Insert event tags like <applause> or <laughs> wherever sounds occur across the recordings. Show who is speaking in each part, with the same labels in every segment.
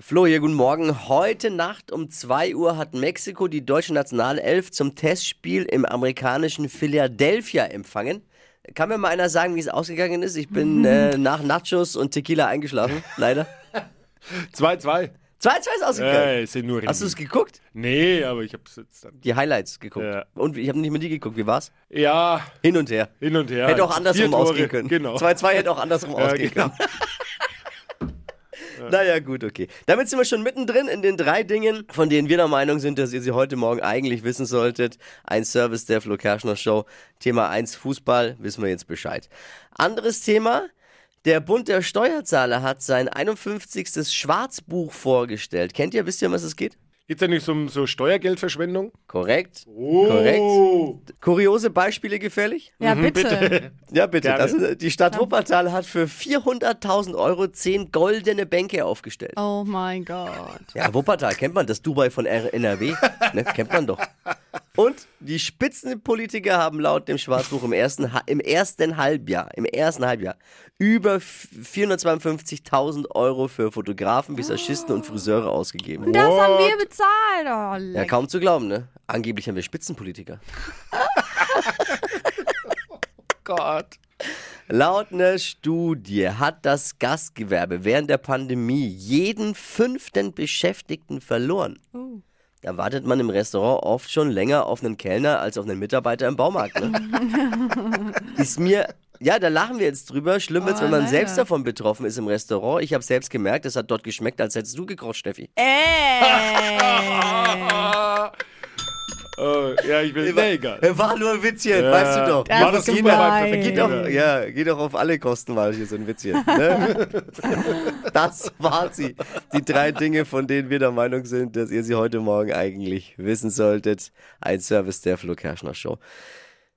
Speaker 1: Flo, hier, guten Morgen. Heute Nacht um 2 Uhr hat Mexiko die deutsche Nationalelf zum Testspiel im amerikanischen Philadelphia empfangen. Kann mir mal einer sagen, wie es ausgegangen ist? Ich bin äh, nach Nachos und Tequila eingeschlafen, leider.
Speaker 2: 2-2.
Speaker 1: 2-2 ist ausgegangen.
Speaker 2: Äh, ist ja nur
Speaker 1: Hast du es geguckt?
Speaker 2: Nee, aber ich hab's jetzt dann.
Speaker 1: Die Highlights geguckt.
Speaker 2: Ja.
Speaker 1: Und ich habe nicht mehr die geguckt. Wie war's?
Speaker 2: Ja,
Speaker 1: Hin und her.
Speaker 2: hin und her.
Speaker 1: Hätte auch
Speaker 2: Vier
Speaker 1: andersrum
Speaker 2: Tore,
Speaker 1: ausgehen können.
Speaker 2: Genau.
Speaker 1: 2-2 hätte auch andersrum
Speaker 2: Ja,
Speaker 1: ausgehen
Speaker 2: genau.
Speaker 1: können. Naja, gut, okay. Damit sind wir schon mittendrin in den drei Dingen, von denen wir der Meinung sind, dass ihr sie heute Morgen eigentlich wissen solltet. Ein Service der Flo Kerschner Show. Thema 1 Fußball, wissen wir jetzt Bescheid. Anderes Thema. Der Bund der Steuerzahler hat sein 51. Schwarzbuch vorgestellt. Kennt ihr, wisst ihr, um was es geht?
Speaker 2: Geht's ja nicht um so Steuergeldverschwendung?
Speaker 1: Korrekt.
Speaker 2: Oh.
Speaker 1: Korrekt. Kuriose Beispiele gefällig?
Speaker 3: Ja, Mhm, bitte.
Speaker 1: Ja, bitte.
Speaker 2: Gerne.
Speaker 1: Das ist, äh, die Stadt Wuppertal hat für 400.000 Euro zehn goldene Bänke aufgestellt.
Speaker 3: <laughs> Oh mein Gott.
Speaker 1: Ja, Wuppertal kennt man, das Dubai von R- NRW. ne, kennt man doch. Und die Spitzenpolitiker haben laut dem Schwarzbuch im ersten, Ha- im ersten Halbjahr, im ersten Halbjahr über f- 452.000 Euro für Fotografen, Visagisten und Friseure ausgegeben.
Speaker 3: Das
Speaker 2: What?
Speaker 3: haben wir bezahlt. Oh,
Speaker 1: Ja,
Speaker 3: leck.
Speaker 1: kaum zu glauben, ne? Angeblich haben wir Spitzenpolitiker.
Speaker 2: Gott.
Speaker 1: Laut einer Studie hat das Gastgewerbe während der Pandemie jeden fünften Beschäftigten verloren.
Speaker 3: Oh.
Speaker 1: Da wartet man im Restaurant oft schon länger auf einen Kellner als auf einen Mitarbeiter im Baumarkt.
Speaker 3: <laughs>
Speaker 1: Ne? ist mir, ja, da lachen wir jetzt drüber. Schlimm ist,
Speaker 3: Oh,
Speaker 1: wenn man
Speaker 3: leider.
Speaker 1: selbst davon betroffen ist im Restaurant. Ich habe selbst gemerkt, es hat dort geschmeckt, als hättest du gekocht, Steffi.
Speaker 3: <laughs> Ey.
Speaker 2: Ah. Oh, ja,
Speaker 1: <laughs>
Speaker 2: ich will. Nee, egal.
Speaker 1: War nur ein Witzchen,
Speaker 2: Ja.
Speaker 1: weißt du doch.
Speaker 3: Das
Speaker 2: War das
Speaker 3: ist
Speaker 2: super, war
Speaker 3: gemein.
Speaker 2: perfekt.
Speaker 1: Geht doch, ja, geht doch auf alle Kosten mal hier so ein Witzchen. Ne?
Speaker 2: <laughs>
Speaker 1: Das waren sie. Die drei Dinge, von denen wir der Meinung sind, dass ihr sie heute Morgen eigentlich wissen solltet. Ein Service der Flo Kerschner Show.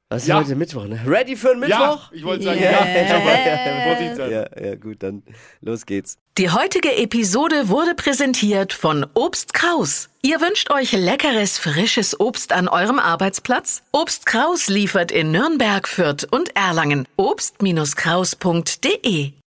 Speaker 1: Was ist
Speaker 2: Ja.
Speaker 1: heute Mittwoch, ne? Ready für einen
Speaker 2: Ja,
Speaker 1: Mittwoch?
Speaker 2: ich wollte sagen,
Speaker 3: Yes.
Speaker 2: ja, schon mal. <laughs> Vorsicht sein.
Speaker 1: Ja, ja, gut, dann los geht's.
Speaker 4: Die heutige Episode wurde präsentiert von Obst Kraus. Ihr wünscht euch leckeres, frisches Obst an eurem Arbeitsplatz? Obst Kraus liefert in Nürnberg, Fürth und Erlangen. Obst-Kraus.de